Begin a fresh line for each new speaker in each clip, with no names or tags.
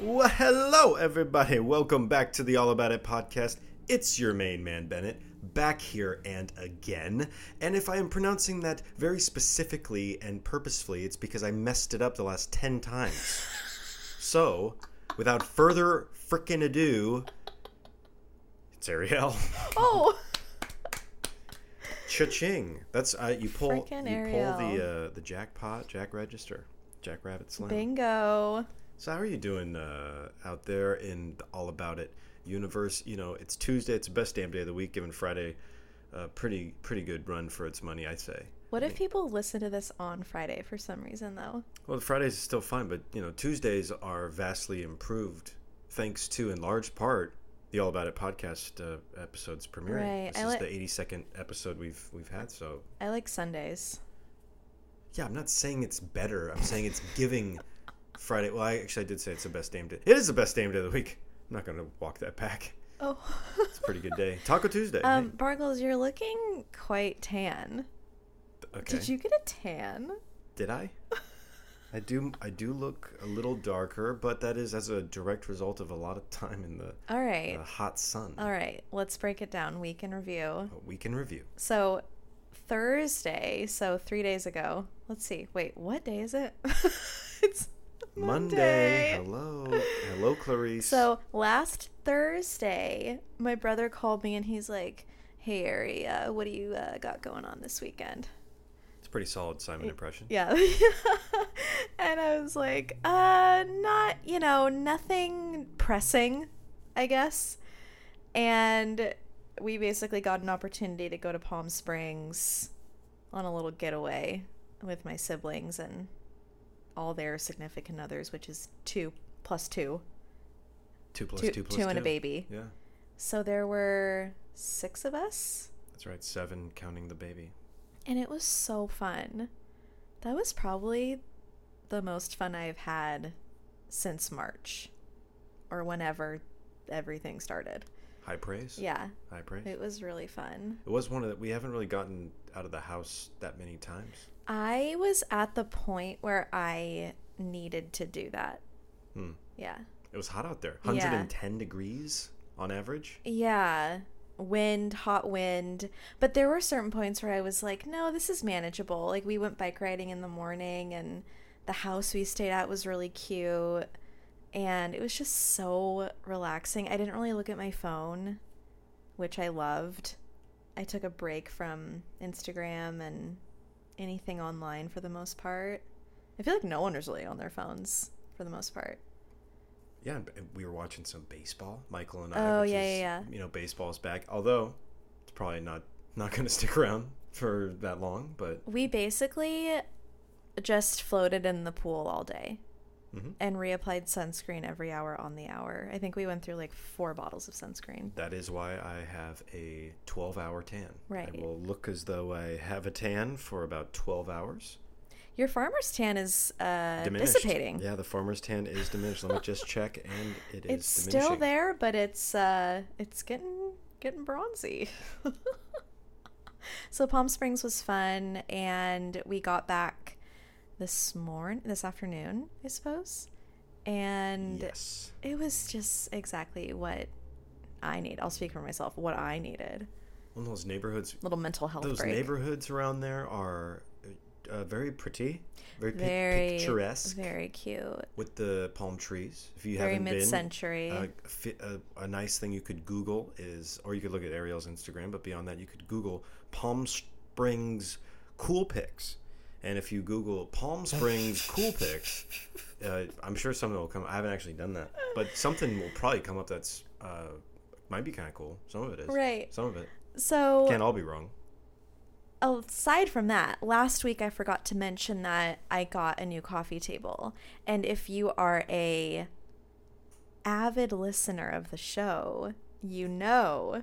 Well, hello, everybody. Welcome back to the All About It podcast. It's your main man, Bennett, back here and again. And if I am pronouncing that very specifically and purposefully, it's because I messed it up the last 10 times. so, without further frickin' ado, it's Ariel.
Oh,
Cha-ching. That's uh, you pull
Frickin'
you
Ariel.
pull the uh, the jackpot, jack register, jackrabbit slam.
bingo.
So how are you doing uh, out there in the all about it universe? You know, it's Tuesday. It's the best damn day of the week. Given Friday, a pretty pretty good run for its money, I'd say.
What if people listen to this on Friday for some reason, though?
Well, the Fridays is still fine, but you know, Tuesdays are vastly improved thanks to, in large part, the All About It podcast uh, episodes premiering.
Right,
This
I
is
li-
the 82nd episode we've we've had. So
I like Sundays.
yeah, I'm not saying it's better. I'm saying it's giving Friday. Well, I actually I did say it's the best damn day. It is the best damn day of the week. I'm not gonna walk that back.
Oh,
It's a pretty good day. Taco Tuesday.
um, Bargles, you're looking quite tan.
hey. okay.
Did you get a tan?
Did I? I do. I do look a little darker, but that is as a direct result of a lot of time in the,
All right,
the hot sun.
all right. Let's break it down week in review.
But we can review.
So Thursday, so three days ago. Let's see. Wait, what day is it? it's
Monday. Hello. Hello, Clarice.
So last Thursday, my brother called me and he's like, "Hey, Ari, uh, what do you uh, got going on this weekend?"
it's a pretty solid Simon impression.
Yeah, and I was like, "Uh, not you know, nothing pressing, I guess." And we basically got an opportunity to go to Palm Springs on a little getaway with my siblings and all their significant others, which is two plus two,
Two plus
two,
two plus
two and a baby.
Yeah,
So there were six of us,
that's right. Seven counting the baby.
and it was so fun. That was probably the most fun I've had since March or whenever everything started.
High praise.
Yeah,
High praise. It,
it was really fun.
was one of the. We haven't really gotten out of the house that many times.
I was at the point where I needed to do that.
Hmm.
Yeah.
It was hot out there.
Yeah.
110 degrees on average.
Yeah. Wind, hot wind. But there were certain points where I was like, no, this is manageable. Like, we went bike riding in the morning, and the house we stayed at was really cute. And it was just so relaxing. I didn't really look at my phone, which I loved. I took a break from Instagram and anything online for the most part. I feel like no one was really on their phones for the most part.
Yeah, and- and we were watching some baseball, Michael and I.
Oh,
which
yeah,
is,
yeah, yeah.
You know, baseball's back. Although it's probably not not going to stick around for that long, but
We basically just floated in the pool all day
Mhm.
and reapplied sunscreen every hour on the hour. I think we went through like four bottles of sunscreen.
that is why I have a 12-hour tan.
Right.
I will look as though I have a tan for about 12 hours.
Your farmer's tan is uh,
Diminished.
dissipating.
Yeah, the farmer's tan is diminished. Let me just check, and it is.
it's
diminishing.
still there, but it's uh, it's getting getting bronzy. so Palm Springs was fun, and we got back this morning, this afternoon, I suppose, and.
Yes.
It was just exactly what I need. I'll speak for myself. What I needed.
One of those neighborhoods.
Little mental health
Those
break.
neighborhoods around there are uh, very pretty, very, pic-
very
picturesque.
Very cute.
with the palm trees. If you
Very
haven't been, uh,
mid-century.
a, fi- uh, a, a nice thing you could Google is, or you could look at Ariel's Instagram. But beyond that, you could Google Palm Springs cool pics. And if you Google Palm Springs cool pics, uh, I'm sure something will come. I haven't actually done that, but something will probably come up that's uh, might be kind of cool. Some of it is
Right.
Some of it
so
can't all be wrong.
aside from that, last week I forgot to mention that I got a new coffee table. And if you are a avid listener of the show, you know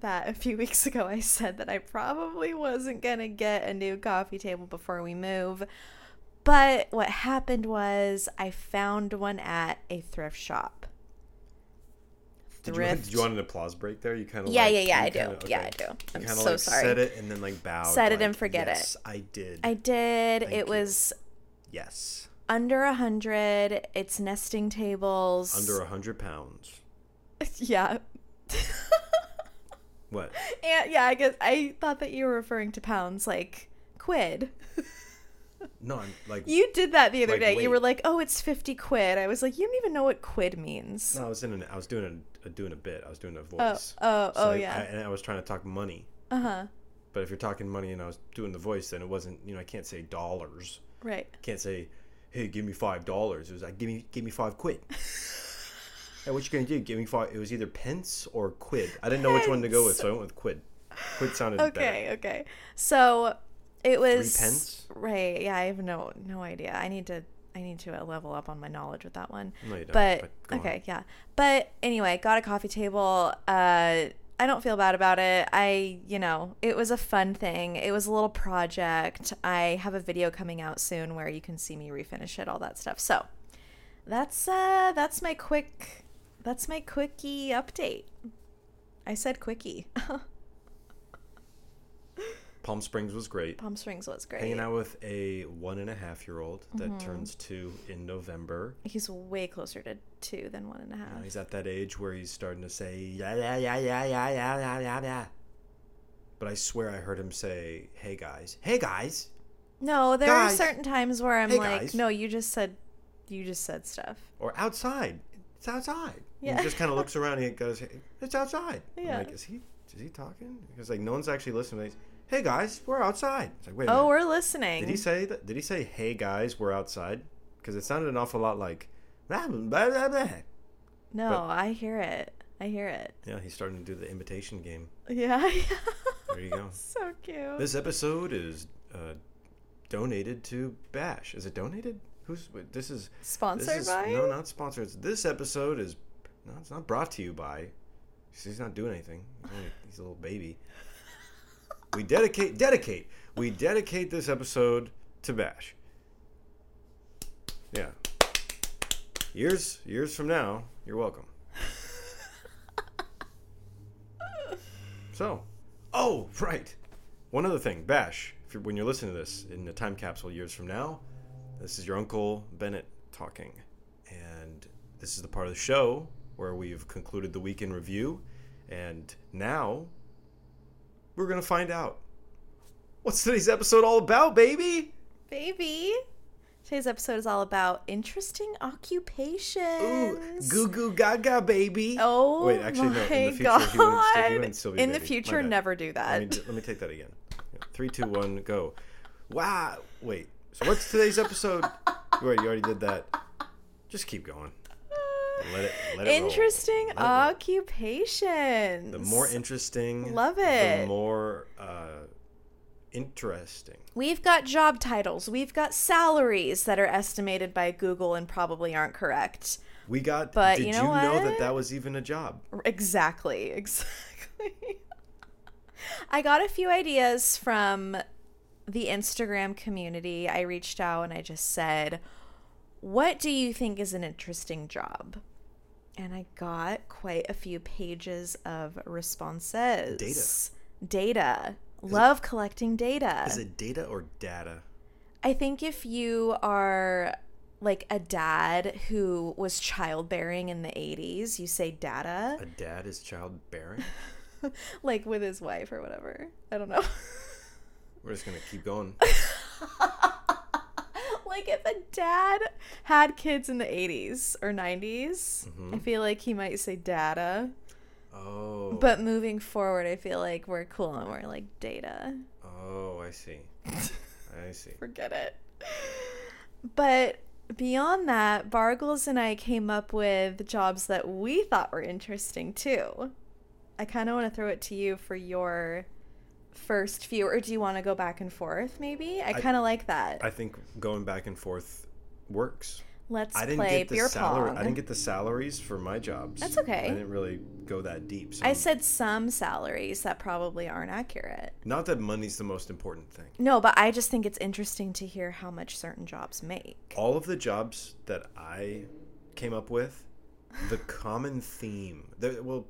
that a few weeks ago I said that I probably wasn't going to get a new coffee table before we move. But what happened was I found one at a thrift shop.
Did you, did
Thrift.
you want an applause break there? You kind of
Yeah,
like,
yeah, yeah,
you
I do.
kinda-
Yeah, I do.
You
I'm
kinda,
so
like,
sorry.
Said it and then like bowed.
Said it
like,
and forget it.
yes, I did.
I did.
Thank
it
you.
was
Yes.
under a hundred. It's nesting tables.
Under 100 pounds.
yeah.
What?
And yeah, I guess I thought that you were referring to pounds like quid.
No, I'm like,
You did that the other
Like
day.
weight.
You were like, "Oh, it's 50 quid." I was like, "You don't even know what quid means."
no, I was in an, I was doing a, doing a bit. I was doing a
Oh,
voice. So
oh, oh
I- I,
yeah.
and I was trying to talk money.
Uh-huh.
But if you're talking money and I was doing the voice, then it wasn't, you know, I can't say dollars.
Right.
can't say, "Hey, give me five dollars." It was like, "Give me, give me five quid." and what you gonna do? Give me five. It was either pence or quid. I didn't know which one to go with, so I went with quid. Quid sounded
Okay, okay. So, it was
pence?
Right. Yeah, I have no no idea. I need to I need to uh, level up on my knowledge with that one.
better. No, you don't.
but
go on.
okay, yeah. But anyway, got a coffee table. Uh, I don't feel bad about it. I, you know, it was a fun thing. It was a little project. I have a video coming out soon where you can see me refinish it, all that stuff. So that's uh, that's my quick, that's my quickie update. I said quickie.
Palm Springs was great.
Palm Springs was great.
Hanging out with a one and a half year old that
Mm-hmm.
turns two in November.
He's way closer to two than one and a half.
Now he's at that age where he's starting to say yeah yeah yeah yeah yeah yeah yeah yeah yeah. But I swear I heard him say, "Hey guys, hey guys."
No, there
Guys.
are certain times where I'm
Hey,
like,
guys.
no, you just said, you just said stuff.
or outside. It's outside. And
Yeah.
He just kind of looks around and he goes, "It's outside."
Yeah.
I'm like, is he is he talking? Because like no one's actually listening. He's, hey guys, we're outside. It's like, wait. a
Oh,
minute.
we're listening.
Did he say that? Did he say, "Hey guys, we're outside"? Because it sounded an awful lot like. Blah, blah, blah, blah.
No,
But-
I hear it. I hear it.
Yeah, he's starting to do the imitation game.
Yeah.
There you go.
so cute.
This episode is uh, donated to Bash. Is it donated? Who's wait, this is This
Sponsored
is-
by?
No, not sponsored. It's- This episode is no, it's not brought to you by. 'cause He's not doing anything. He's only- He's a little baby. We dedicate, dedicate. We dedicate this episode to Bash. Yeah. Years, years from now, you're welcome. So, oh right, one other thing, Bash. If you're, when you're listening to this in the time capsule years from now, this is your Uncle Bennett talking. And this is the part of the show where we've concluded the week in review. And now we're going to find out what's today's episode all about, baby?
Baby. Today's episode is all about interesting
Ooh,
occupations.
goo goo gaga, baby.
Oh
Wait, actually,
my
no. In the future,
god.
he wouldn't still- he wouldn't still be
in the
baby. My
future,
bad.
never do that.
Let me, let me take that again. Yeah, Three, two, one, go. Wow. Wait. So what's today's episode? Wait, you already did that. Just keep going. Let it. Let it roll.
interesting
Let it roll.
occupations.
The more interesting,
Love
The
it.
more uh, interesting.
We've got job titles. We've got salaries that are estimated by Google and probably aren't correct.
We got.
But
did
you
you
know
know, that
what?
that was even a job?
Exactly, exactly. I got a few ideas from the Instagram community. I reached out and I just said, What do you think is an interesting job? And I got quite a few pages of responses. Data. Data. Love collecting data.
Is it data or data?
I think if you are like a dad who was childbearing in the 80s, you say data.
A dad is childbearing.
like with his wife or whatever. I don't know.
We're just gonna keep going.
like if a dad had kids in the 80s or 90s, I feel like he might say data.
Oh.
But moving forward, I feel like we're cool and we're like data.
Oh, I see. I see.
Forget it. But beyond that, Bargles and I came up with jobs that we thought were interesting too. I kind of want to throw it to you for your first few, or do you want to go back and forth maybe? I, kind of like that.
I think going back and forth works.
Let's
I didn't
play
get the
beer
salary.
pong.
I didn't get the salaries for my jobs.
That's okay.
I didn't really go that deep. So
I said some salaries that probably aren't accurate.
not that money's the most important thing.
No, but I just think it's interesting to hear how much certain jobs make.
all of the jobs that I came up with, the common theme, the, well,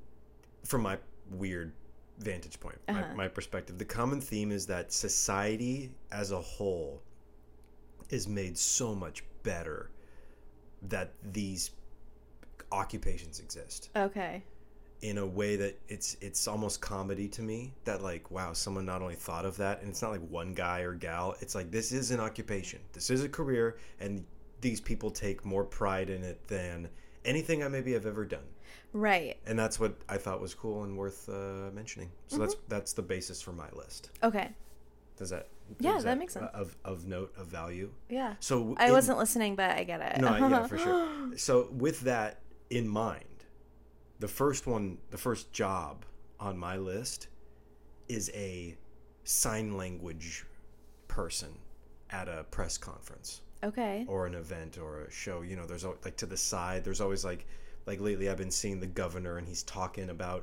from my weird vantage point,
Uh-huh.
my, my perspective, the common theme is that society as a whole is made so much better that these occupations exist
Okay.
in a way that it's it's almost comedy to me that like wow someone not only thought of that and it's not like one guy or gal it's like this is an occupation this is a career and these people take more pride in it than anything i maybe have ever done
Right.
and that's what i thought was cool and worth uh, mentioning so that's
Mm-hmm.
that's the basis for my list
Okay.
does that
Yeah,
is
that makes sense.
of of note of value
Yeah.
so w-
I
in-
wasn't listening, but I get it.
no, I- yeah, for sure. So with that in mind, the first one, the first job on my list is a sign language person at a press conference
okay.
or an event or a show. You know, there's al- like to the side, there's always like like lately I've been seeing the governor and he's talking about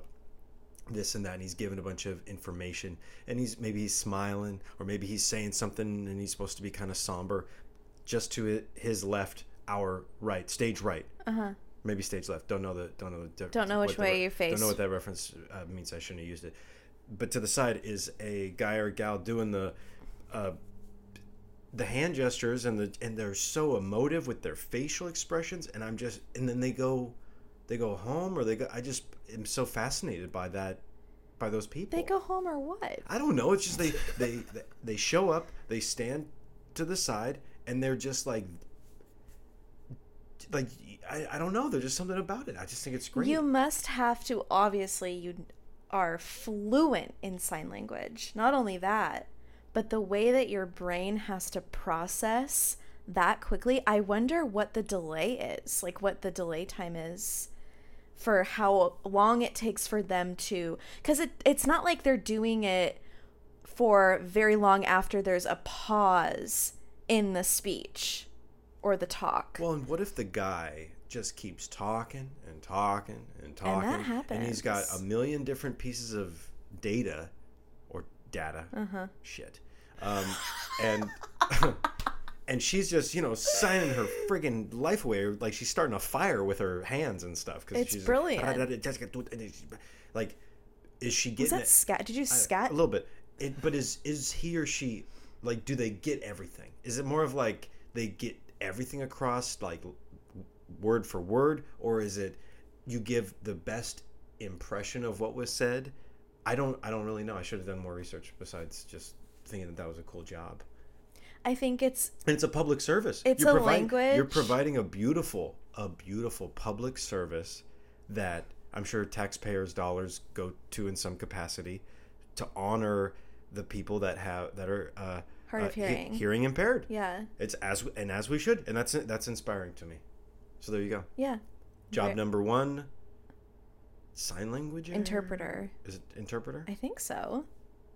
this and that and he's giving a bunch of information and he's maybe he's smiling or maybe he's saying something and he's supposed to be kind of somber just to hi- his left our right stage right
Uh huh.
maybe stage left. Don't know the don't know the difference.
Don't know which way your
Don't
face-
know what that reference uh, means. I shouldn't have used it. But to the side is a guy or gal doing the uh, the hand gestures and the and they're so emotive with their facial expressions and I'm just and then they go they go home or they go I just am so fascinated by that by those people.
They go home or what?
I don't know. It's just they they they show up, they stand to the side, and they're just like like I, I don't know. There's just something about it. I just think it's great.
You must have to, obviously, you are fluent in sign language. Not only that, but the way that your brain has to process that quickly, I wonder what the delay is, like what the delay time is for how long it takes for them to. Because it, it's not like they're doing it for very long after there's a pause in the speech or the talk.
well, and what if the guy just keeps talking and talking and talking, and he's got a
happens.
million different pieces of data or data
uh-huh.
shit, um, and. And she's just, you know, signing her friggin' life away. Like she's starting a fire with her hands and stuff. Cause
It's
she's like,
brilliant.
"Ah, da, da, Jessica, do it," and it's- Like, is she
Was
getting
that
it?
scat? Did you
I-
scat?
a little bit it, but is is he or she like do they get everything is it more of like they get everything across like w- word for word or is it you give the best impression of what was said i don't i don't really know i should have done more research besides just thinking that that was a cool job
I think it's
and it's a public service
It's a language.
you're providing a beautiful a beautiful public service that i'm sure taxpayers dollars go to in some capacity to honor the people that have that are uh,
Hard
uh,
of
he-
hearing.
hearing impaired
yeah,
it's as and as we should and that's that's inspiring to me so there you go
yeah.
job
Ver-
number one sign language
interpreter.
is it interpreter
I think so.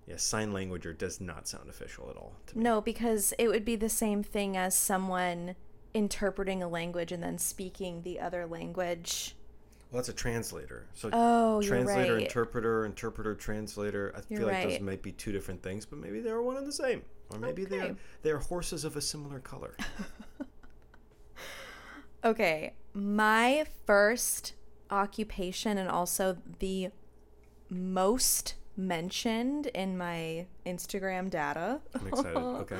yeah sign languager does not sound official at all to me
No, because it would be the same thing as someone interpreting a language and then speaking the other language.
well that's a translator so
Oh, you're
translator,
right.
interpreter, interpreter, translator. I
You're
feel like those
right.
might be two different things, but maybe they're one and the same, or maybe they're
Okay.
they're horses of a similar color.
okay, my first occupation and also the most mentioned in my Instagram data.
I'm excited. Okay,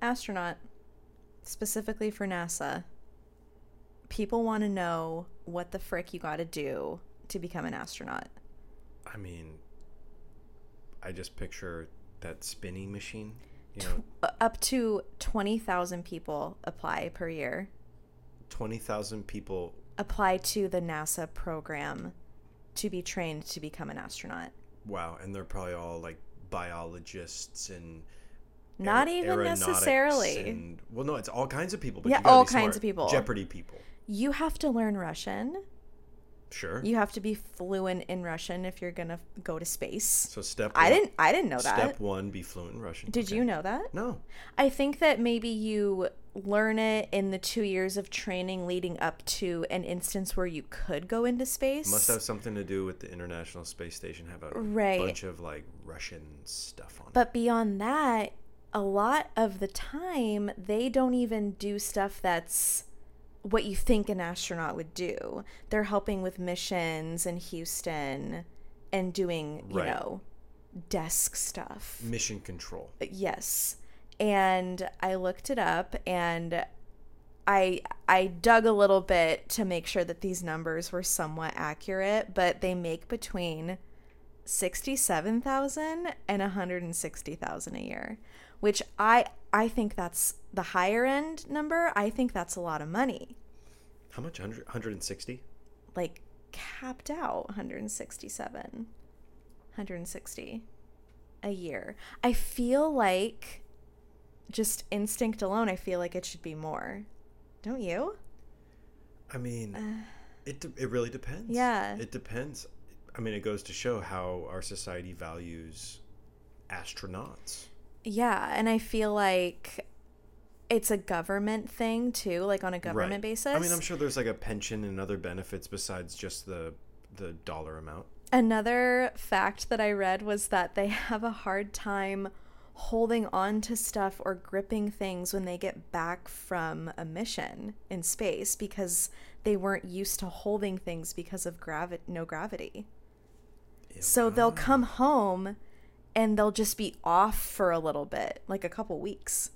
astronaut, specifically for NASA, people want to know what the frick you got to do to become an astronaut.
I mean, I just picture that spinning machine. You know,
Uh, Up to 20,000 people apply per year,
twenty thousand people.
apply to the NASA program to be trained to become an astronaut.
Wow, and they're probably all like biologists and
Not
aer-
even
aeronautics
necessarily.
And, well, no, it's all kinds of people. But
Yeah,
you gotta
all
be
kinds
smart.
of people.
Jeopardy people.
You have to learn Russian.
Sure.
You have to be fluent in Russian if you're going to go to space.
so step.
I
one-
didn't I didn't know that.
Step one: be fluent in Russian.
Did you know that?
No.
I think that maybe you learn it in the two years of training leading up to an instance where you could go into space.
Must have something to do with the International Space Station. Have a
Right.
bunch of like Russian stuff on it.
But beyond that, a lot of the time, they don't even do stuff that's what you think an astronaut would do. They're helping with missions in Houston and doing, you
Right.
know, desk stuff.
Mission control.
Yes. And I looked it up and I I dug a little bit to make sure that these numbers were somewhat accurate, but they make between 67,000 and 160,000 a year, which I I think that's the higher end number. I think that's a lot of money.
How much? 100, 160?
Like capped out 167 160 a year. I feel like just instinct alone, I feel like it should be more. Don't you?
I mean, it, de- it really depends.
Uh. Yeah.
It depends. I mean, it goes to show how our society values astronauts.
Yeah, and I feel like it's a government thing too, like on a government
Right.
basis.
I mean, I'm sure there's like a pension and other benefits besides just the the dollar amount.
Another fact that I read was that they have a hard time holding on to stuff or gripping things when they get back from a mission in space because they weren't used to holding things because of gravi- no gravity.
Yeah,
So
wow.
they'll come home and they'll just be off for a little bit, like a couple weeks,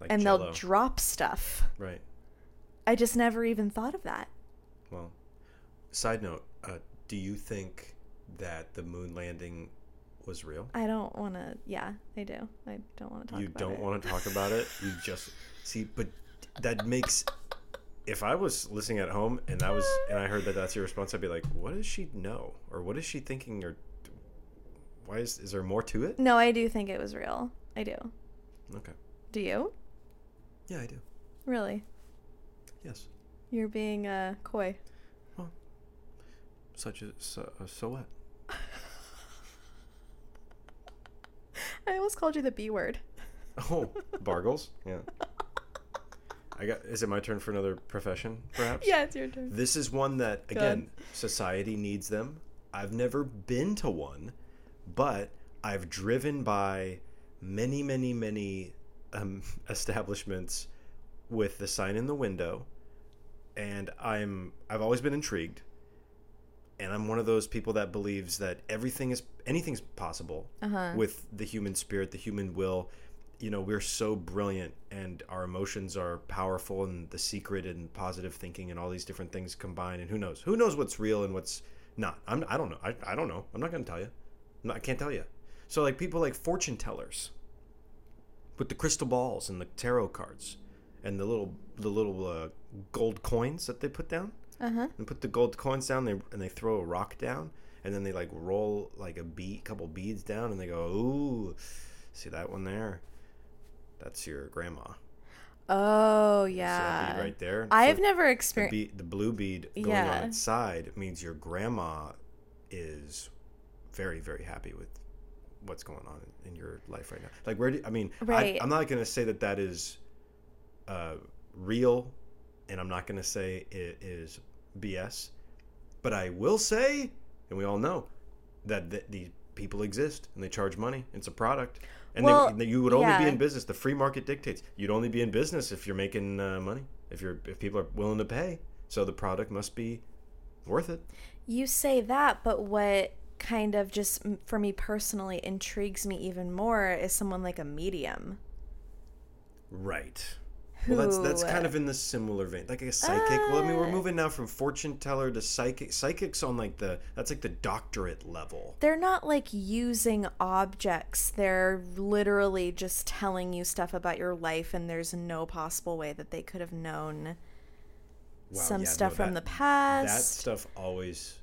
like
and
Jell-O.
they'll drop stuff.
right.
I just never even thought of that.
Well, side note: uh, Do you think that the moon landing was real?
I don't want to. Yeah, I do. I don't want to talk
you
about
don't
it.
want to talk about it. You just see, but that makes. If I was listening at home and that was and I heard that that's your response, I'd be like, "What does she know? Or what is she thinking? Or why is is there more to it?"
No, I do think it was real. I do.
Okay.
Do you?
Yeah, I do.
Really?
Yes.
You're being uh, coy.
Such as so, uh, so what?
I almost called you the B word.
Oh, Bargles. Yeah. I got. Is it my turn for another profession, perhaps?
Yeah, it's your turn.
This is one that
Go ahead.
again, society needs them. I've never been to one, but I've driven by many, many, many um, establishments with the sign in the window, and I'm I've always been intrigued. And I'm one of those people that believes that everything is anything's possible
Uh huh.
with the human spirit, the human will. You know, we're so brilliant and our emotions are powerful and the secret and positive thinking and all these different things combine and who knows? Who knows what's real and what's not? I'm I don't know. I, I don't know. I'm not going to tell you. I'm not, I can't tell you. So like people like fortune tellers with the crystal balls and the tarot cards and the little the little uh, gold coins that they put down
Uh huh.
and put the gold coins down. They and they throw a rock down, and then they like roll like a bead, couple beads down, and they go, "Ooh, see that one there? That's your grandma. See
Oh
that
yeah.
bead right there.
I've
So
never
the,
experienced.
bead, the blue bead going
Yeah.
on its side means your grandma is very very happy with what's going on in your life right now. Like where do I mean?
Right.
I, I'm not gonna say that that is uh, real, and I'm not gonna say it is BS, but I will say, and we all know that th- these people exist and they charge money. It's a product. And they-
Well,
they, you would only
yeah.
be in business. The free market dictates. You'd only be in business if you're making uh, money. If you're if people are willing to pay, so the product must be worth it.
You say that, but what kind of just m- for me personally intrigues me even more is someone like a medium.
Right. Well, that's that's
Who-
kind of in the similar vein, like a psychic. well, I mean, we're
Uh.
moving now from fortune teller to psychic. Psychics on like the that's like the doctorate level.
They're not like using objects. They're literally just telling you stuff about your life, and there's no possible way that they could have known
Wow,
some
yeah, no,
stuff from
that-
the
That
past.
stuff always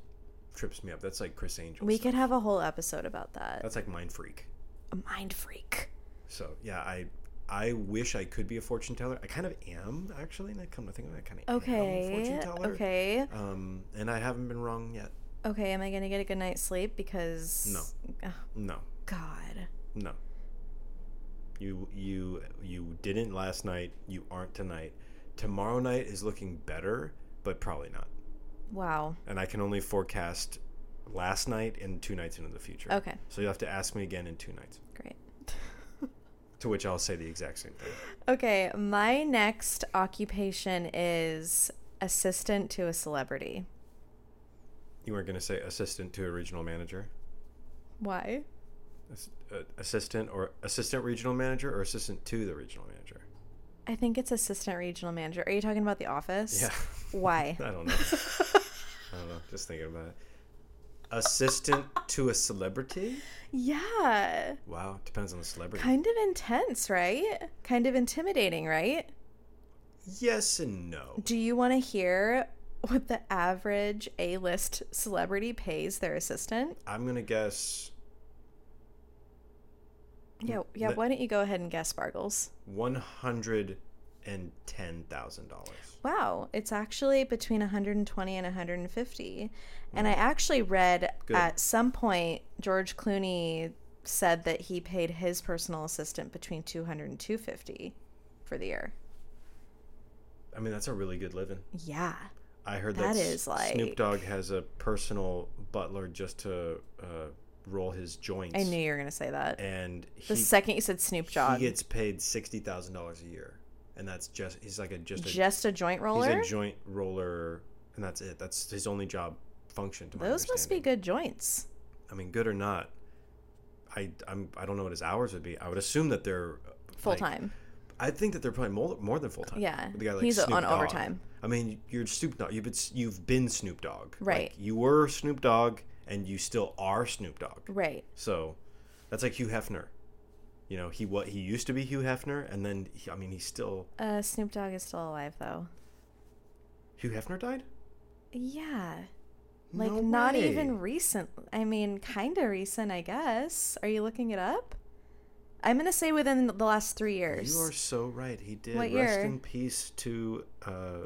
trips me up. That's like Chris Angel.
we
stuff.
could have a whole episode about that.
That's like mind freak.
A mind freak.
So yeah, I I wish I could be a fortune teller. I kind of am actually. Now come to think of it, I kind of am a
Okay.
fortune teller.
Okay.
Um, and I haven't been wrong yet.
Okay. Am I gonna get a good night's sleep? Because no.
No,
God.
no. You you you didn't last night. You aren't tonight. Tomorrow night is looking better, but probably not.
Wow.
And I can only forecast last night and two nights into the future.
Okay.
So you have to ask me again in two nights.
Great.
To which I'll say the exact same thing.
Okay. My next occupation is assistant to a celebrity.
You weren't gonna say assistant to a regional manager.
Why?
Ass- uh, assistant or assistant regional manager or assistant to the regional manager
I think it's assistant regional manager. Are you talking about the office?
Yeah.
Why?
I don't know. I don't know. Just thinking about it. Assistant to a celebrity?
yeah.
Wow. Depends on the celebrity.
Kind of intense, right? Kind of intimidating, right?
Yes and no.
Do you want to hear what the average A list celebrity pays their assistant?
I'm going to guess
Yeah, yeah.
the-
Why don't you go ahead and guess, Sparkles?
$110,000.
Wow, it's actually between 120 and 150. And I actually read
Good.
at some point George Clooney said that he paid his personal assistant between 200 and 250 for the year.
I mean, that's a really good living.
Yeah.
I heard that,
That
S-
is like-
Snoop Dogg has a personal butler just to uh, roll his joints.
I knew you were going to say that.
And he,
the second you said Snoop Dogg,
he gets paid $60,000 a year. And that's just, he's like a just a
just a joint roller?
He's a joint roller, and that's it. That's his only job function. To my
Those must be
understanding.
good joints.
I mean, good or not, I I'm I don't know what his hours would be. I would assume that they're like,
Full time.
I think that they're probably more, more than full time.
Yeah.
With a guy like
He's
Snoop
on
Dogg.
overtime.
I mean, you're Snoop Dogg. You've been you've been Snoop Dogg. Like,
Right.
you were Snoop Dogg, and you still are Snoop Dogg.
Right.
So, that's like Hugh Hefner. You know, he what he used to be Hugh Hefner, and then he, I mean, he's still
Uh, Snoop Dogg is still alive, though.
Hugh Hefner died.
Yeah. Like
No
not
way.
even recent. I mean, kind of recent, I guess. Are you looking it up? I'm gonna say within the last three years.
You are so right. He did.
What
Rest
year?
in peace to uh,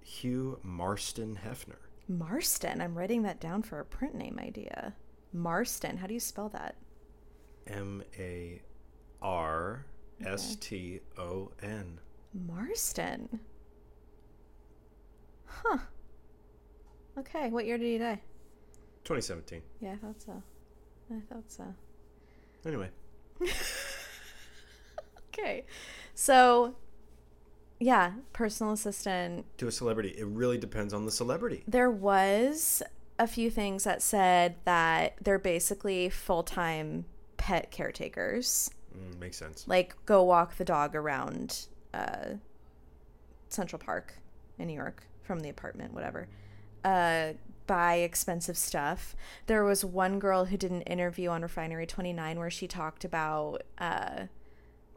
Hugh Marston Hefner.
Marston. I'm writing that down for a print name idea. Marston. How do you spell that?
M A R S T O N.
Marston. Huh. Okay. What year did he die?
2017.
Yeah, I thought so. I thought so.
Anyway,
Okay. So, yeah, personal assistant
to a celebrity, it really depends on the celebrity.
There was a few things that said that they're basically full time pet caretakers.
Mm, makes sense.
Like, go walk the dog around uh, Central Park in New York from the apartment, whatever. Uh, buy expensive stuff. There was one girl who did an interview on Refinery 29 where she talked about uh,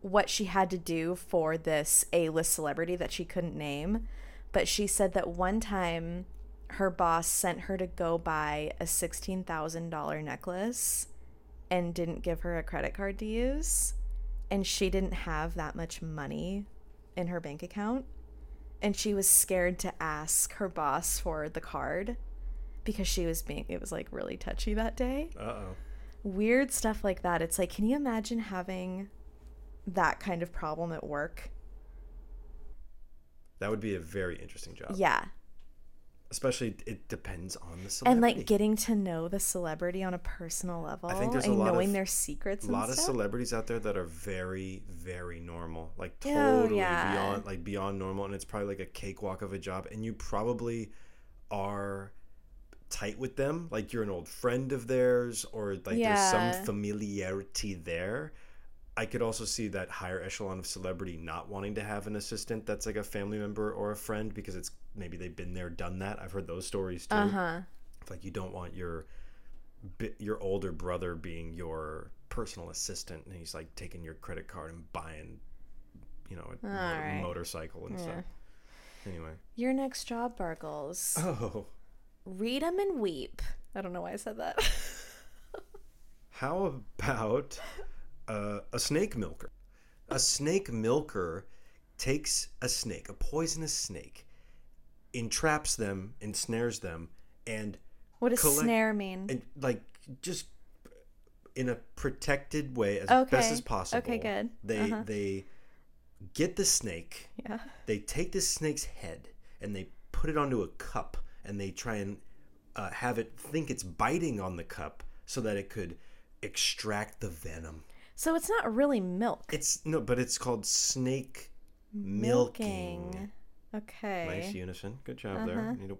what she had to do for this A list celebrity that she couldn't name. But she said that one time her boss sent her to go buy a $16,000 necklace and didn't give her a credit card to use. And she didn't have that much money in her bank account. And she was scared to ask her boss for the card because she was being, it was like really touchy that day
Uh oh.
weird stuff like that. It's like, can you imagine having that kind of problem at work?
That would be a very interesting job.
Yeah.
Especially, it depends on the
And
celebrity.
like getting to know the celebrity on a personal level
there's a
and
lot of-
knowing their secrets
a lot
and
of
stuff.
celebrities out there that are very very normal like
Oh,
totally
yeah.
beyond like beyond normal and it's probably like a cakewalk of a job and you probably are tight with them like you're an old friend of theirs or like there's
Yeah.
some familiarity there i could also see that higher echelon of celebrity not wanting to have an assistant that's like a family member or a friend because it's maybe they've been there done that i've heard those stories too
uh-huh.
it's like you don't want your bi- your older brother being your personal assistant and he's like taking your credit card and buying you know a mo-
Alright.
motorcycle and stuff anyway
Your next job, Bargles.
oh
Read 'em and weep. I don't know why I said that.
how about uh, a snake milker a snake milker takes a snake a poisonous snake entraps them ensnares them and
what does
Collect-
snare mean?
and like just in a protected way as
Okay.
best as possible.
Okay, good.
They
Uh-huh.
they get the snake.
yeah.
They take the snake's head and they put it onto a cup and they try and uh, have it think it's biting on the cup so that it could extract the venom.
So it's not really milk.
It's no, but it's called snake milking.
Okay. Uh-huh.
Nice unison. Good job there. Need to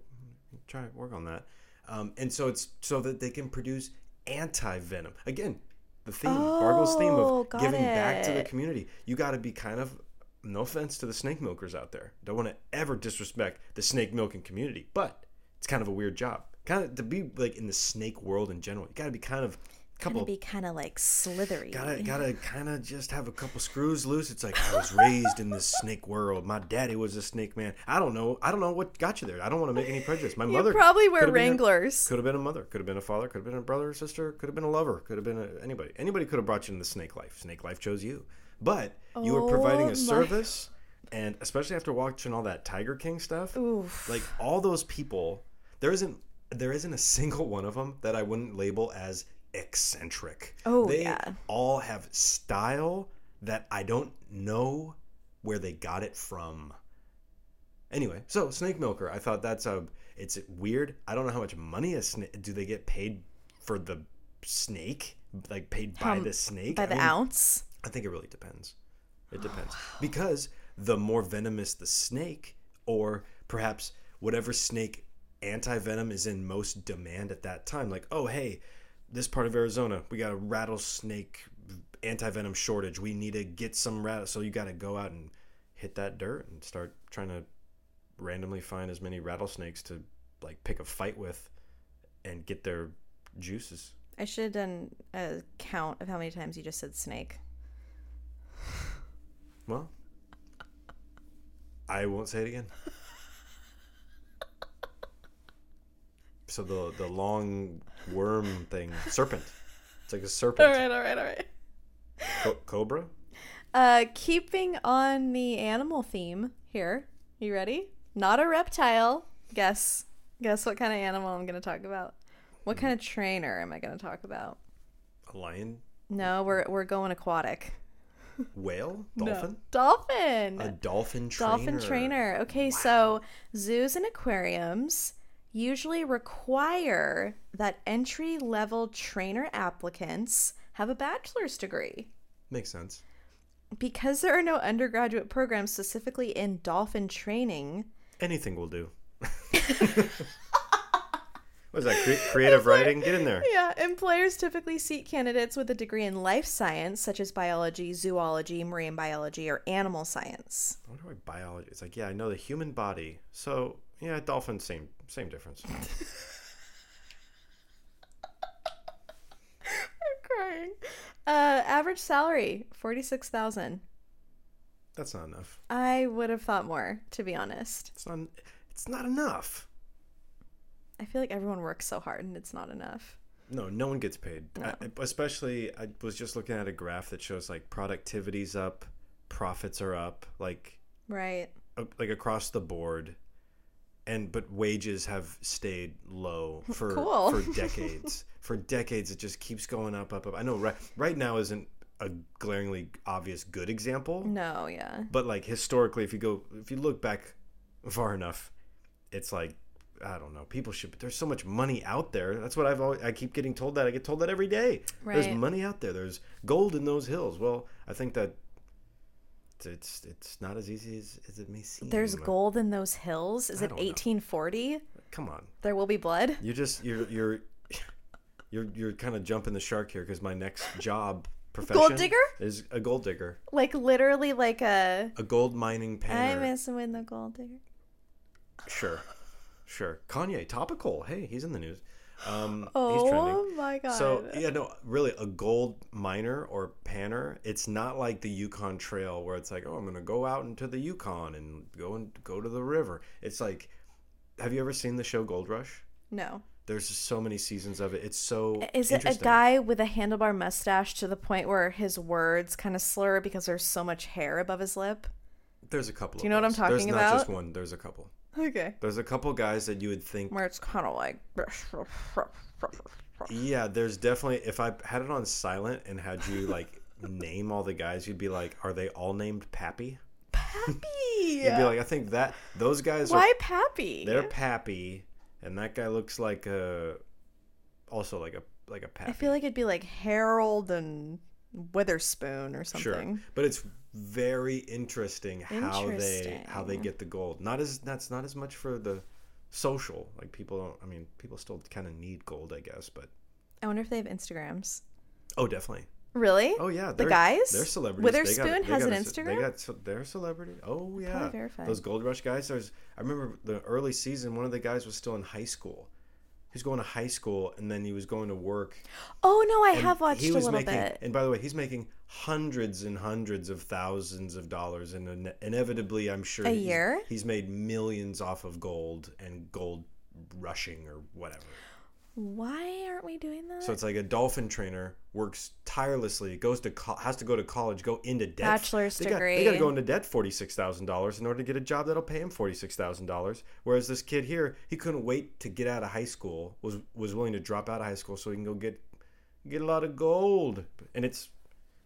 try work on that. Um, and so it's so that they can produce anti venom. Again, the theme, Bargle's theme
Oh,
of
got
giving back to the
it.
community. You got to be kind of no offense to the snake milkers out there. Don't want to ever disrespect the snake milking community, but it's kind of a weird job. Kind of to be like in the snake world in general, you got to be kind of couple
Gonna be kind of like slithery.
Gotta gotta kind of just have a couple screws loose. It's like I was raised in this snake world. My daddy was a snake man. I don't know. I don't know what got you there. I don't want to make any prejudice. My
you
mother
probably wear
could've been your-
Wranglers.
Could have been a mother, could have been a father, could have been a brother or sister, could have been a lover, could have been a, anybody. Anybody could have brought you into snake life. Snake life chose you. But you were
Oh
providing
my-
a service, and especially after watching all that Tiger King stuff,
Oof.
like all those people, there isn't there isn't a single one of them that I wouldn't label as eccentric.
Oh,
they
yeah.
all have style that I don't know where they got it from. Anyway, so Snake Milker, I thought that's a it's weird. I don't know how much money a snake do they get paid for the snake? Like paid by
Um,
the snake?
by
I
the
mean,
ounce.
I think it really depends. It depends. Because the more venomous the snake, or perhaps whatever snake anti venom is in most demand at that time, like, oh, hey, this part of Arizona, we got a rattlesnake anti venom shortage. We need to get some rat. So you got to go out and hit that dirt and start trying to randomly find as many rattlesnakes to like pick a fight with and get their juices.
I should have done a count of how many times you just said snake.
Well, I won't say it again. So the the long worm thing, serpent. It's like a serpent.
all right, all right.
Co- cobra.
Uh, keeping on the animal theme here. You ready? Not a reptile. Guess. Guess what kind of animal I'm going to talk about. What kind of trainer am I going to talk about?
A lion.
No, we're we're going aquatic.
Whale. Dolphin.
Dolphin.
A dolphin trainer.
dolphin trainer. Okay, so zoos and aquariums usually require that entry level trainer applicants have a bachelor's degree.
Makes sense.
Because there are no undergraduate programs specifically in dolphin training,
Anything will do. What is that? Cre- creative writing. Get in there.
Yeah, employers typically seek candidates with a degree in life science, such as biology, zoology, marine biology, or animal science.
I wonder why biology. It's like, yeah, I know the human body. So yeah, dolphins same same difference.
I'm crying. Uh, average salary forty six thousand.
That's not enough.
I would have thought more, to be honest.
It's not. It's not enough.
I feel like everyone works so hard and it's not enough.
No, no one gets paid. I, especially, I was just looking at a graph that shows like productivity's up, profits are up, like
Right.
uh, like across the board, and but wages have stayed low for
Cool.
for decades. for decades, it just keeps going up, up, up. I know right right now isn't a glaringly obvious good example,
No. Yeah.
but like historically if you go if you look back far enough it's like i don't know people should there's so much money out there that's what i've always i keep getting told that i get told that every day
Right.
there's money out there there's gold in those hills well i think that it's it's not as easy as, as it may seem
There's gold in those hills. Is
I
it
don't know.
1840?
come on
There will be blood.
you just you're you're you're you're kind of jumping the shark here because my next job profession
digger?
is a gold digger
Like literally, like a.
a gold mining
I'm
painter
messing with the gold digger.
Sure, sure. Kanye, topical. Hey, he's in the news. Um, he's trending.
Oh my god.
So yeah, no, really, a gold miner or panner. It's not like the Yukon Trail where it's like, oh, I'm gonna go out into the Yukon and go and go to the river. It's like, have you ever seen the show Gold Rush?
No.
There's so many seasons of it. It's so
Is it a
interesting.
guy with a handlebar mustache to the point where his words kind of slur because there's so much hair above his lip?
There's a couple. Do
you know what I'm
There's
talking
not just
about?
one. There's a couple.
Okay.
There's a couple guys that you would think
Where it's kind of like.
Yeah, there's definitely. If I had it on silent and had you like name all the guys, you'd be like, "Are they all named Pappy?" You'd be
Pappy!
like, "I think that those guys are
Why Pappy?
they're Pappy, and that guy looks like a also like a like a Pappy."
I feel like it'd be like Harold and Witherspoon or something.
Sure, but it's very interesting how they how they
Interesting.
get the gold. Not as that's not as much for the social. Like people don't. I mean, people still kind of need gold, I guess. But
I wonder if they have Instagrams.
oh, definitely.
Really?
Oh yeah,
The
they're-
guys?
They're celebrities.
Witherspoon
they got, they
has
got
an
a ce- They
Instagram?
got ce- they're celebrity. Oh yeah,
verify.
those Gold Rush guys. There's I remember the early season. One of the guys was still in high school. He was going to high school, and then he was going to work.
Oh no, I
and
have watched
he
a
was
little
making,
bit.
And by the way, he's making hundreds and hundreds of thousands of dollars, and ine- inevitably, I'm sure
A
he's-
year?
he's made millions off of gold and gold rushing or whatever.
Why aren't we doing that?
So it's like a dolphin trainer works tirelessly, goes to co- has to go to college, go into debt.
Bachelor's
they Got, they
degree.
got to go into debt forty six thousand dollars in order to get a job that'll pay him forty six thousand dollars. Whereas this kid here, he couldn't wait to get out of high school. was was willing to drop out of high school so he can go get get a lot of gold. And it's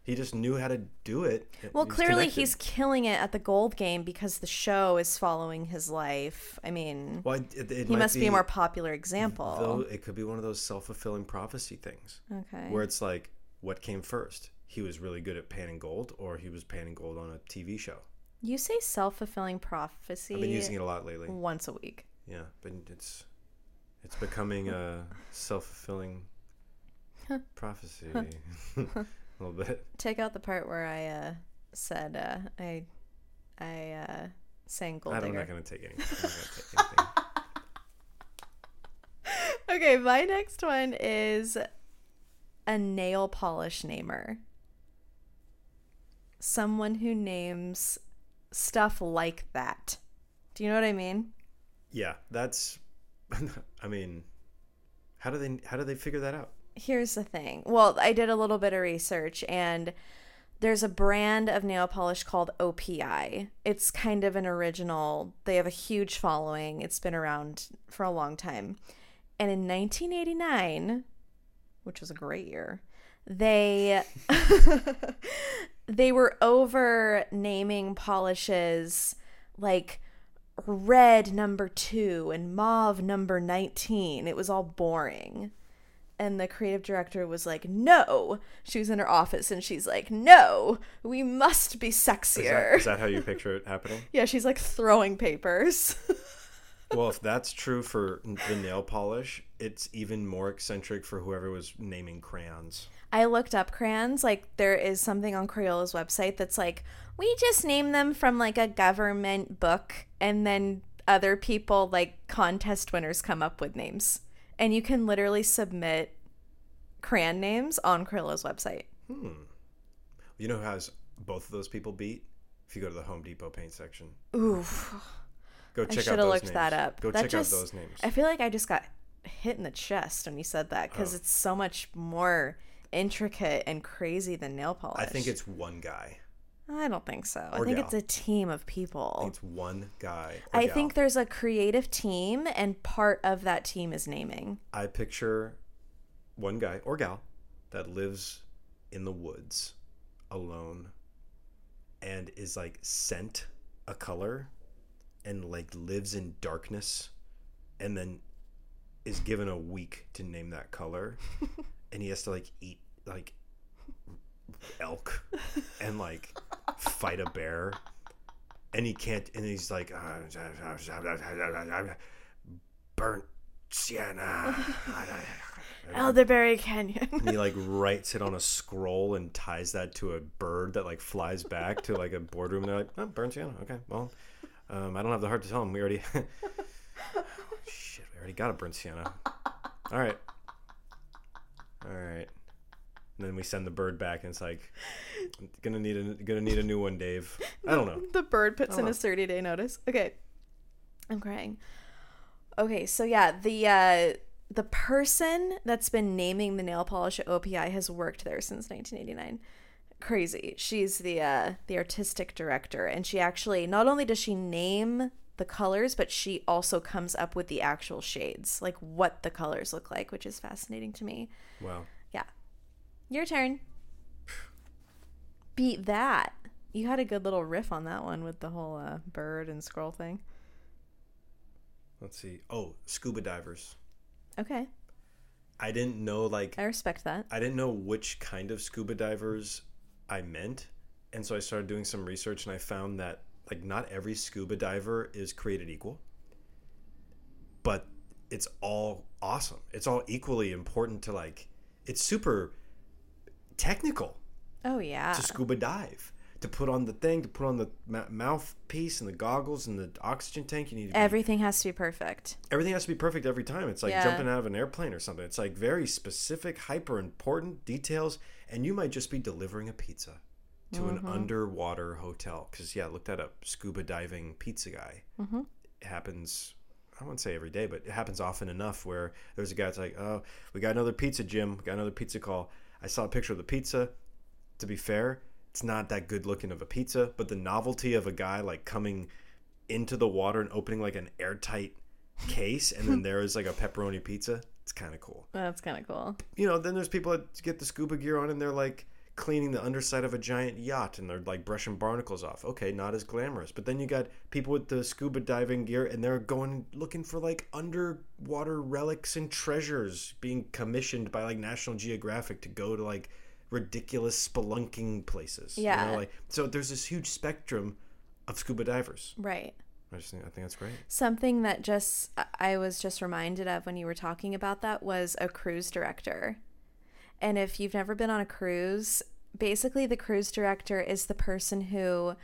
he just knew how to do it.
well, clearly
connected.
he's killing it at the gold game because the show is following his life. I mean,
Well, it, it, it
he
might
must be,
be
a more popular example.
Though it could be one of those self fulfilling prophecy things.
okay.
where it's like what came first he was really good at panning gold or he was panning gold on a tv show
You say self-fulfilling prophecy
i've been using it a lot lately
once a week.
yeah but it's it's becoming a self-fulfilling prophecy a little bit
Take out the part where I uh, said uh, I I uh, sang gold
I don't, i'm
digger.
not going to take anything, I'm not gonna take anything.
Okay, my next one is a nail polish namer. Someone who names stuff like that. Do you know what I mean?
yeah that's i mean how do they how do they figure that out
Here's the thing. Well, I did a little bit of research and there's a brand of nail polish called OPI. It's kind of an original. They have a huge following. It's been around for a long time. And in 1989, which was a great year, they they were over naming polishes like red number 2 and mauve number 19. It was all boring. And the creative director was like, "No." She was in her office and she's like, "No. We must be
is that-
sexier."
is that how you picture it happening
yeah, she's like throwing papers.
Well, if that's true for n- the nail polish, it's even more eccentric for whoever was naming crayons.
I looked up crayons. Like there is something on Crayola's website that's like we just name them from like a government book, and then other people like contest winners come up with names, and you can literally submit crayon names on Crayola's website.
You know who has both of those people beat? If you go to the Home Depot paint section,
Oof,
go
I
check out
should have
those
looked
names.
that up.
Go
that
check
just,
out those names.
I feel like I just got hit in the chest when you said that because
Oh.
it's so much more intricate and crazy than nail polish.
I think it's one guy.
I don't think so. I
Or
think
gal.
it's a team of people.
I think it's one guy. or
Oh. I
gal.
think there's a creative team, and part of that team is naming.
I picture one guy or gal that lives in the woods alone and is like sent a color and like lives in darkness and then is given a week to name that color and he has to like eat like elk and like fight a bear and he can't and he's like "Ah, burnt sienna
Elderberry Oh, Canyon.
and he like writes it on a scroll and ties that to a bird that like flies back to like a boardroom. And they're like, oh, burnt sienna. Okay, well, um, I don't have the heart to tell him. We already, shit, we already got a burnt sienna. All right, all right. And then we send the bird back, and it's like, gonna need a gonna need a new one, Dave. I don't know.
the bird puts in
Oh.
his 30 day notice. Okay. I'm crying. Okay, so yeah, the uh, the person that's been naming the nail polish at OPI has worked there since 1989. Crazy. She's the uh, the artistic director, and she actually not only does she name the colors, but she also comes up with the actual shades, like what the colors look like, which is fascinating to me.
Wow.
Yeah. Your turn. Beat that. You had a good little riff on that one with the whole uh, bird and scroll thing.
Let's see. Oh, scuba divers.
Okay.
I didn't know like
I respect that.
I didn't know which kind of scuba divers I meant. And so I started doing some research and I found that like not every scuba diver is created equal. But it's all awesome. It's all equally important to like it's super technical
Oh yeah.
to scuba dive. To put on the thing, to put on the ma- mouthpiece and the goggles and the oxygen tank, you need to be
Everything has to be perfect.
everything has to be perfect every time. It's like
Yeah.
jumping out of an airplane or something. It's like very specific, hyper important details, and you might just be delivering a pizza to an underwater hotel. Because yeah, look that up. Scuba diving pizza guy it happens. I wouldn't say every day, but it happens often enough where there's a guy that's like, "Oh, we got another pizza, Jim. Got another pizza call. I saw a picture of the pizza. To be fair, it's not that good looking of a pizza, but the novelty of a guy like coming into the water and opening like an airtight case and then there is like a pepperoni pizza. It's kind of cool.
That's kind of cool.
You know, then there's people that get the scuba gear on and they're like cleaning the underside of a giant yacht and they're like brushing barnacles off. Okay, not as glamorous. But then you got people with the scuba diving gear and they're going looking for like underwater relics and treasures being commissioned by like National Geographic to go to like ridiculous spelunking places. You know,
Yeah.
like so there's this huge spectrum of scuba divers.
Right.
I just think I think that's great.
Something that just I was just reminded of when you were talking about that was a cruise director. And if you've never been on a cruise, basically the cruise director is the person who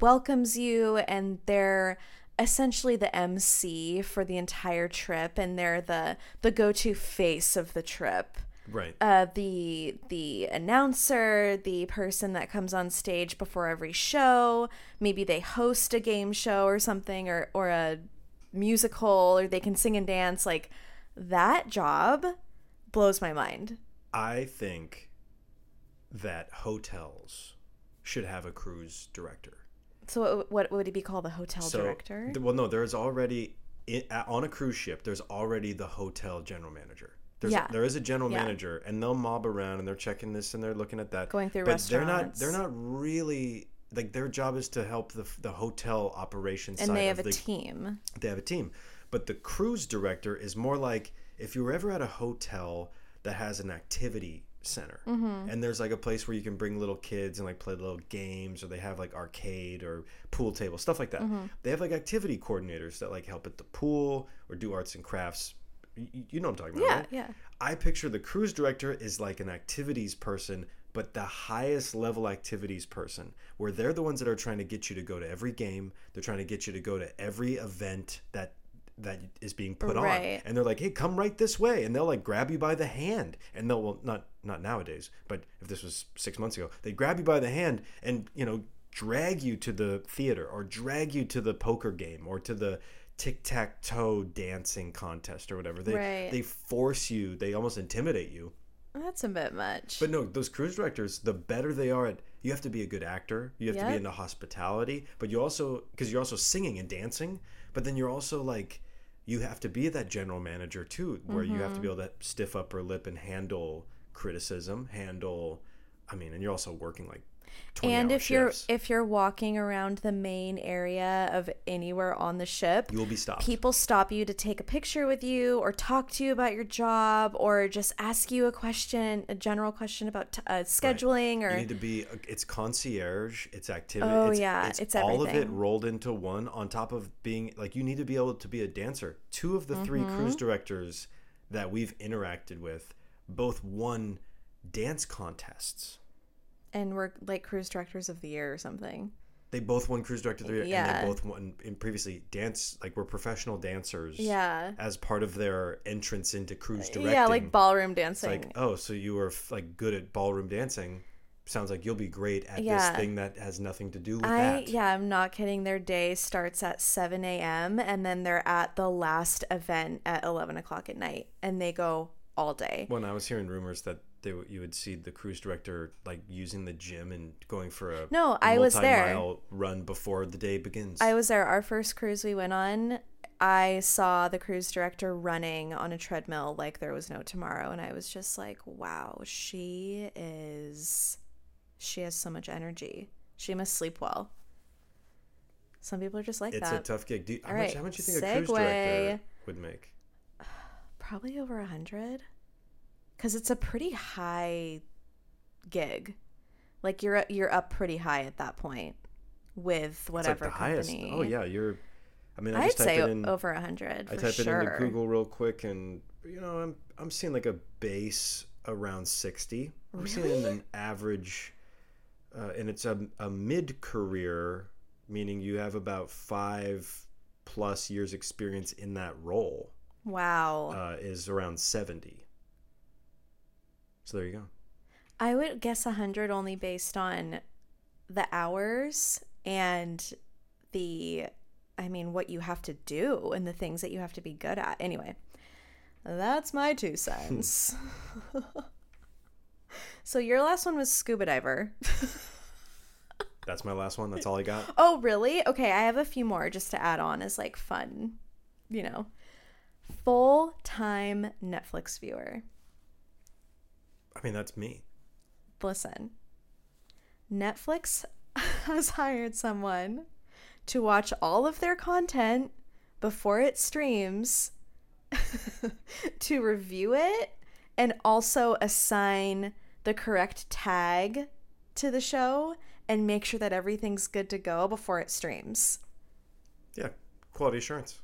welcomes you and they're essentially the MC for the entire trip and they're the the go-to face of the trip.
Right.
uh, the the announcer, the person that comes on stage before every show. Maybe they host a game show or something, or or a musical, or they can sing and dance. Like that job blows my mind.
I think that hotels should have a cruise director.
So what, what would it be called? The hotel
So-
director?
th- well, no, there's already i- a- on a cruise ship. There's already the hotel general manager. There's,
Yeah.
there is a general
Yeah.
manager, and they'll mob around and they're checking this and they're looking at that.
Going through
but they're not.
restaurants.
They're not really like their job is to help the the hotel operations.
and
side
they have a
of the,
team.
they have a team. But the cruise director is more like if you were ever at a hotel that has an activity center and there's like a place where you can bring little kids and like play little games or they have like arcade or pool table stuff like that they have like activity coordinators that like help at the pool or do arts and crafts Y- y- you know what i'm talking about
Yeah,
right?
yeah.
I picture the cruise director is like an activities person, but the highest level activities person, where they're the ones that are trying to get you to go to every game. They're trying to get you to go to every event that that is being put
Right.
on, and they're like, "Hey, come right this way," and they'll like grab you by the hand, and they'll well, not not nowadays, but if this was six months ago, they grab you by the hand and you know drag you to the theater or drag you to the poker game or to the tic tac toe dancing contest or whatever. They
Right.
they force you they almost intimidate you
That's a bit much.
but no those cruise directors the better they are at you have to be a good actor you have to be
Yeah.
into hospitality but you also because you're also singing and dancing but then you're also like you have to be that general manager too where you have to
Mm-hmm.
be able to stiff upper lip and handle criticism handle i mean and you're also working like 20
and
hour
if
shifts.
you're if you're walking around the main area of anywhere on the ship,
you will be stopped
people stop you to take a picture with you or talk to you about your job or just ask you a question a general question about t- uh, scheduling
You
or
need to be. uh, It's concierge. It's activity.
Oh,
it's,
yeah,
it's,
it's
all of it
everything.
rolled into one. On top of being like, you need to be able to be a dancer. Two of the three cruise
Mm-hmm.
directors that we've interacted with, both won dance contests.
and we're like cruise directors of the year or something
They both won cruise director of the year,
Yeah.
and they both won in previously dance. Like were professional dancers.
yeah Uh,
As part of their entrance into cruise directing.
yeah like ballroom
It's
dancing
like, oh, so you were f- like good at ballroom dancing. Sounds like you'll be great at
Yeah.
this thing that has nothing to do with
I
that.
yeah, I'm not kidding. Their day starts at 7 a.m. and then they're at the last event at 11 o'clock at night, and they go all day.
When I was hearing rumors that they w- you would see the cruise director like using the gym and going for a
No, I was there.
multi-mile run before the day begins.
I was there. Our first cruise we went on, I saw the cruise director running on a treadmill like there was no tomorrow. And I was just like, wow, she is. She has so much energy. She must sleep well. Some people are just like
it's a
that.
tough gig. Do you, how,
All
much,
right,
how much do you think a cruise
segue.
director would make?
Probably over a 100. Because it's a pretty high gig. Like you're you're up pretty high at that point with
It's like
whatever
the highest.
company.
Oh yeah, you're. I mean, I
I'd
just typed
say
it in.
over a hundred.
I
for
type
sure.
it into Google real quick, and you know, I'm I'm seeing like a base around 60. I'm seeing an average, uh, and it's a, a mid career, meaning you have about five plus years experience in that role,
Wow.
uh, is around 70. So there you go.
I would guess 100 only based on the hours and the, I mean, what you have to do and the things that you have to be good at. Anyway, that's my two cents. so your last one was scuba diver.
That's my last one. That's all I got.
Oh, really? Okay, I have a few more just to add on as like fun, you know. Full time Netflix viewer.
I mean, that's me.
Listen, Netflix has hired someone to watch all of their content before it streams, to review it, and also assign the correct tag to the show and make sure that everything's good to go before it streams.
Yeah. Quality assurance.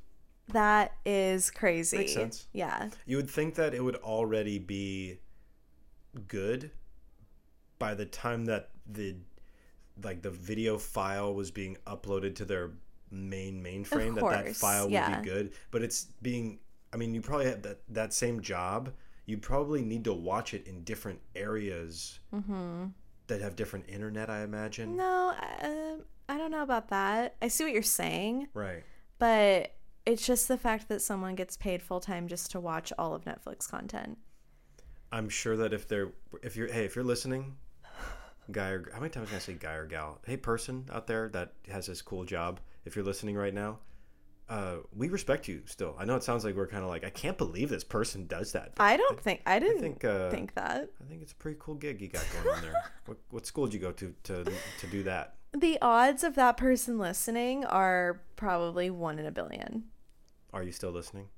That is crazy.
Makes sense.
Yeah.
You would think that it would already be good by the time that the like the video file was being uploaded to their main mainframe that that
course,
file would
yeah.
be good but it's being i mean you probably have that, that same job you probably need to watch it in different areas Mm-hmm. that have different internet i imagine
No, um, I don't know about that. I see what you're saying.
right
but it's just the fact that someone gets paid full time just to watch all of Netflix content.
i'm sure that if they're if you're hey if you're listening guy or how many times can I say guy or gal? Hey, person out there that has this cool job, if you're listening right now, uh, we respect you still. I know it sounds like we're kind of like I can't believe this person does that. But
I don't think I didn't
think,
think,
uh,
that.
I think it's a pretty cool gig you got going on there. what, what school did you go to to to do that?
The odds of that person listening are probably one in a billion,
Are you still listening?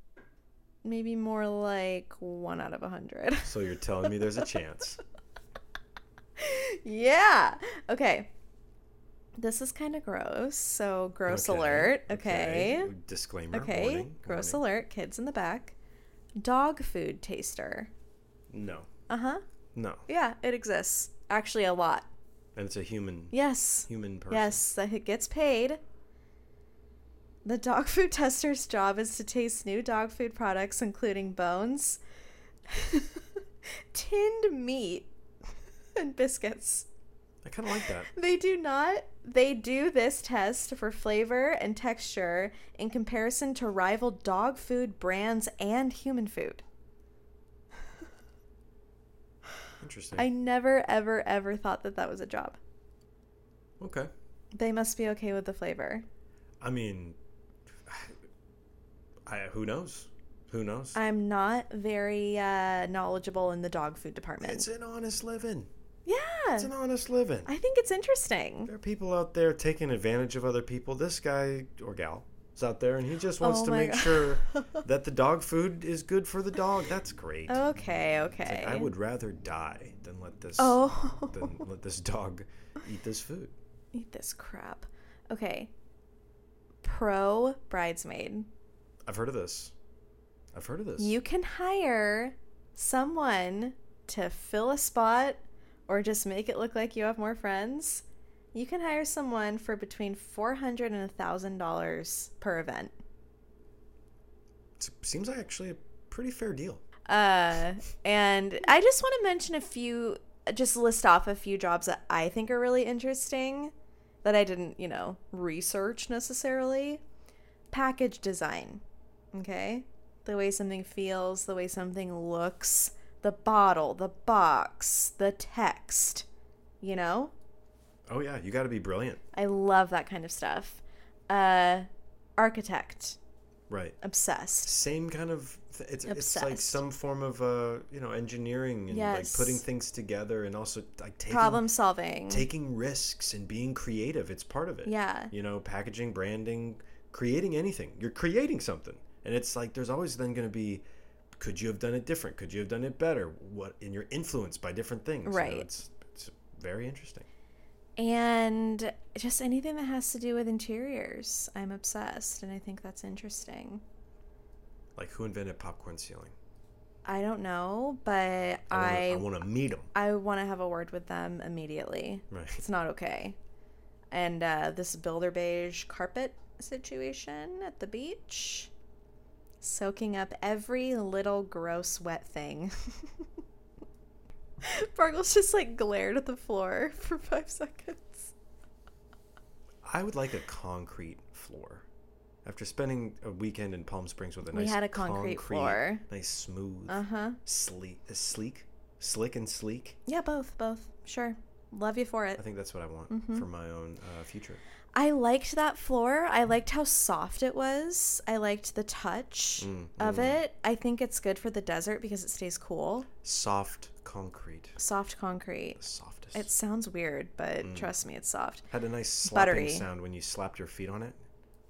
maybe more like one out of a hundred.
So you're telling me there's a chance.
yeah. Okay. This is kind of gross. So gross alert. Okay. Okay.
Disclaimer. warning,
gross
warning.
alert. Kids in the back. Dog food taster.
No,
Uh huh.
no,
Yeah, it exists. Actually, a lot.
and it's a human
Yes.
human person.
Yes, that it gets paid. The dog food tester's job is to taste new dog food products, including bones, tinned meat, and biscuits.
I kind of like that.
They do not. They do this test for flavor and texture in comparison to rival dog food brands and human food.
Interesting.
I never, ever, ever thought that that was a job.
Okay.
They must be okay with the flavor.
I mean, I, who knows? Who knows?
I'm not very uh, knowledgeable in the dog food department.
it's an honest living. It's
yeah,
an honest living.
Uh, I think it's interesting.
there are people out there taking advantage of other people. This guy or gal is out there, and he just wants
Oh
to
my
make
God.
sure that the dog food is good for the dog. That's great.
Okay, okay.
I would rather die than let this
Oh,
than let this dog eat this food.
eat this crap. Okay. Pro bridesmaid.
I've heard of this. I've heard of this.
You can hire someone to fill a spot or just make it look like you have more friends. You can hire someone for between four hundred and a thousand dollars per event.
it seems like actually a pretty fair deal.
Uh, and I just want to mention a few, just list off a few jobs that I think are really interesting that I didn't, you know, research necessarily. Package design, okay? The way something feels, the way something looks, the bottle, the box, the text, you know?
Oh yeah, you got to be brilliant,
I love that kind of stuff. Uh, architect,
right?
obsessed.
same kind of th- it's, it's like
Obsessed.
some form of uh you know engineering and like
Yes.
putting things together and also like taking
Problem solving.
taking risks and being creative it's part of it
Yeah.
you know packaging branding creating anything you're creating something and it's like there's always then going to be could you have done it different could you have done it better what and you're influenced by different things you know,
Right.
it's it's very interesting
and just anything that has to do with interiors. I'm obsessed, and I think that's interesting.
like who invented popcorn ceiling
I don't know, but
I,
I
want to meet him.
I want to have a word with them immediately.
Right.
It's not okay. And uh, this builder beige carpet situation at the beach, soaking up every little gross wet thing. Bargles just like glared at the floor for five seconds.
I would like a concrete floor. After spending a weekend in Palm Springs with a
We
nice
had a concrete floor.
nice smooth,
Uh huh.
sleek, sleek, slick and sleek.
Yeah, both, both. Sure. Love you for
I
it.
think that's what I want
Mm-hmm.
for my own uh, future.
I liked that floor. I liked how soft it was. I liked the touch
Mm,
of it. I think it's good for the desert because it stays cool.
Soft concrete,
Soft concrete.
the softest.
It sounds weird, but
Mm.
trust me, it's soft.
had a nice slapping
buttery.
sound when you slapped your feet on it,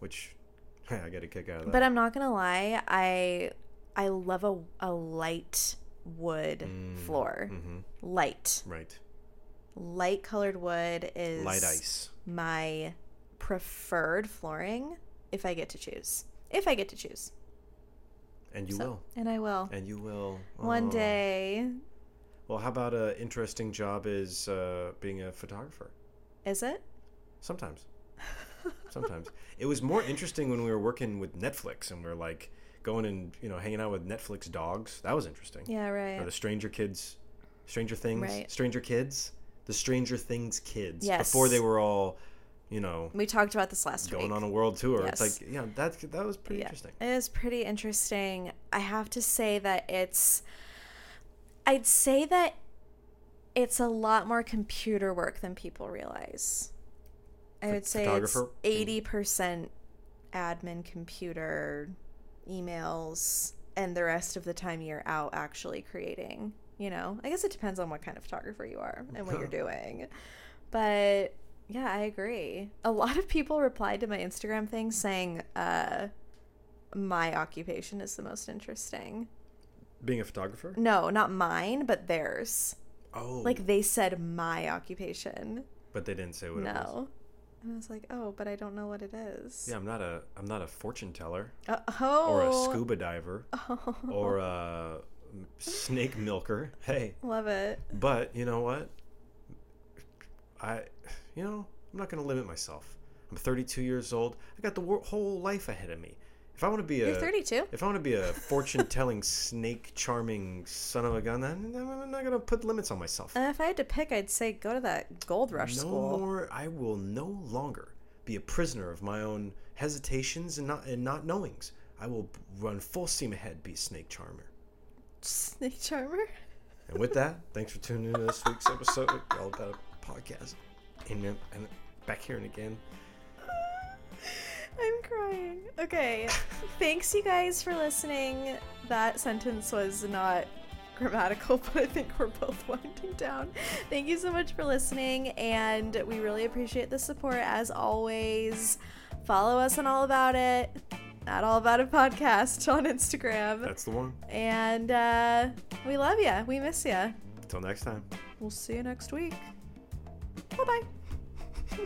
which I get a kick out of that.
But I'm not gonna lie, I I love a a light wood floor.
mm-hmm.
Light,
Right,
light colored wood is
light ice.
my preferred flooring if I get to choose. If I get to choose,
And you will.
and I will
And you will.
one
Oh.
day.
Well, how about a interesting job is uh, being a photographer?
Is it?
Sometimes. Sometimes. it was more interesting when we were working with Netflix and we were like going and, you know, hanging out with Netflix dogs. That was interesting.
Yeah,
Or
right.
the Stranger Kids, Stranger Things,
Right.
Stranger Kids, the Stranger Things kids.
Yes.
Before they were all, you know,
We talked about this last
going
week.
on a world tour. It's
Yes.
like, yeah, that, that was pretty interesting.
It is pretty interesting. I have to say that it's. I'd say that it's a lot more computer work than people realize. I
Ph-
would say it's
photographer?
eighty percent admin computer emails and the rest of the time you're out actually creating. You know? I guess it depends on what kind of photographer you are and what you're doing. But yeah, I agree. A lot of people replied to my Instagram thing saying, uh, my occupation is the most interesting.
Being a photographer?
No, not mine, but theirs.
Oh.
Like they said my occupation.
but they didn't say what it was.
No. And I was like, oh, but I don't know what it is.
Yeah, I'm not a I'm not a fortune teller
Uh, oh.
or a scuba diver
Oh,
or a snake milker. Hey,
love it.
But you know what? I, you know, I'm not going to limit myself. I'm 32 years old. I got the wor- whole life ahead of me. If I want to be a
You're 32?
if I want to be a fortune-telling, snake-charming son of a gun, then I'm not going to put limits on myself.
Uh, if I had to pick, I'd say go to that gold rush
no
school.
more. I will no longer be a prisoner of my own hesitations and not and not knowings. I will run full steam ahead, be a snake charmer.
Snake charmer?
And with that, thanks for tuning in to this week's episode of the All About It Podcast. And, then- and back here and again.
I'm crying. Okay. Thanks, you guys, for listening. That sentence was not grammatical, but I think we're both winding down. Thank you so much for listening, and we really appreciate the support as always. Follow us on All About It, at All About It Podcast on Instagram.
That's the one.
and uh, we love ya. We miss ya.
Until next time.
We'll see you next week. Bye bye.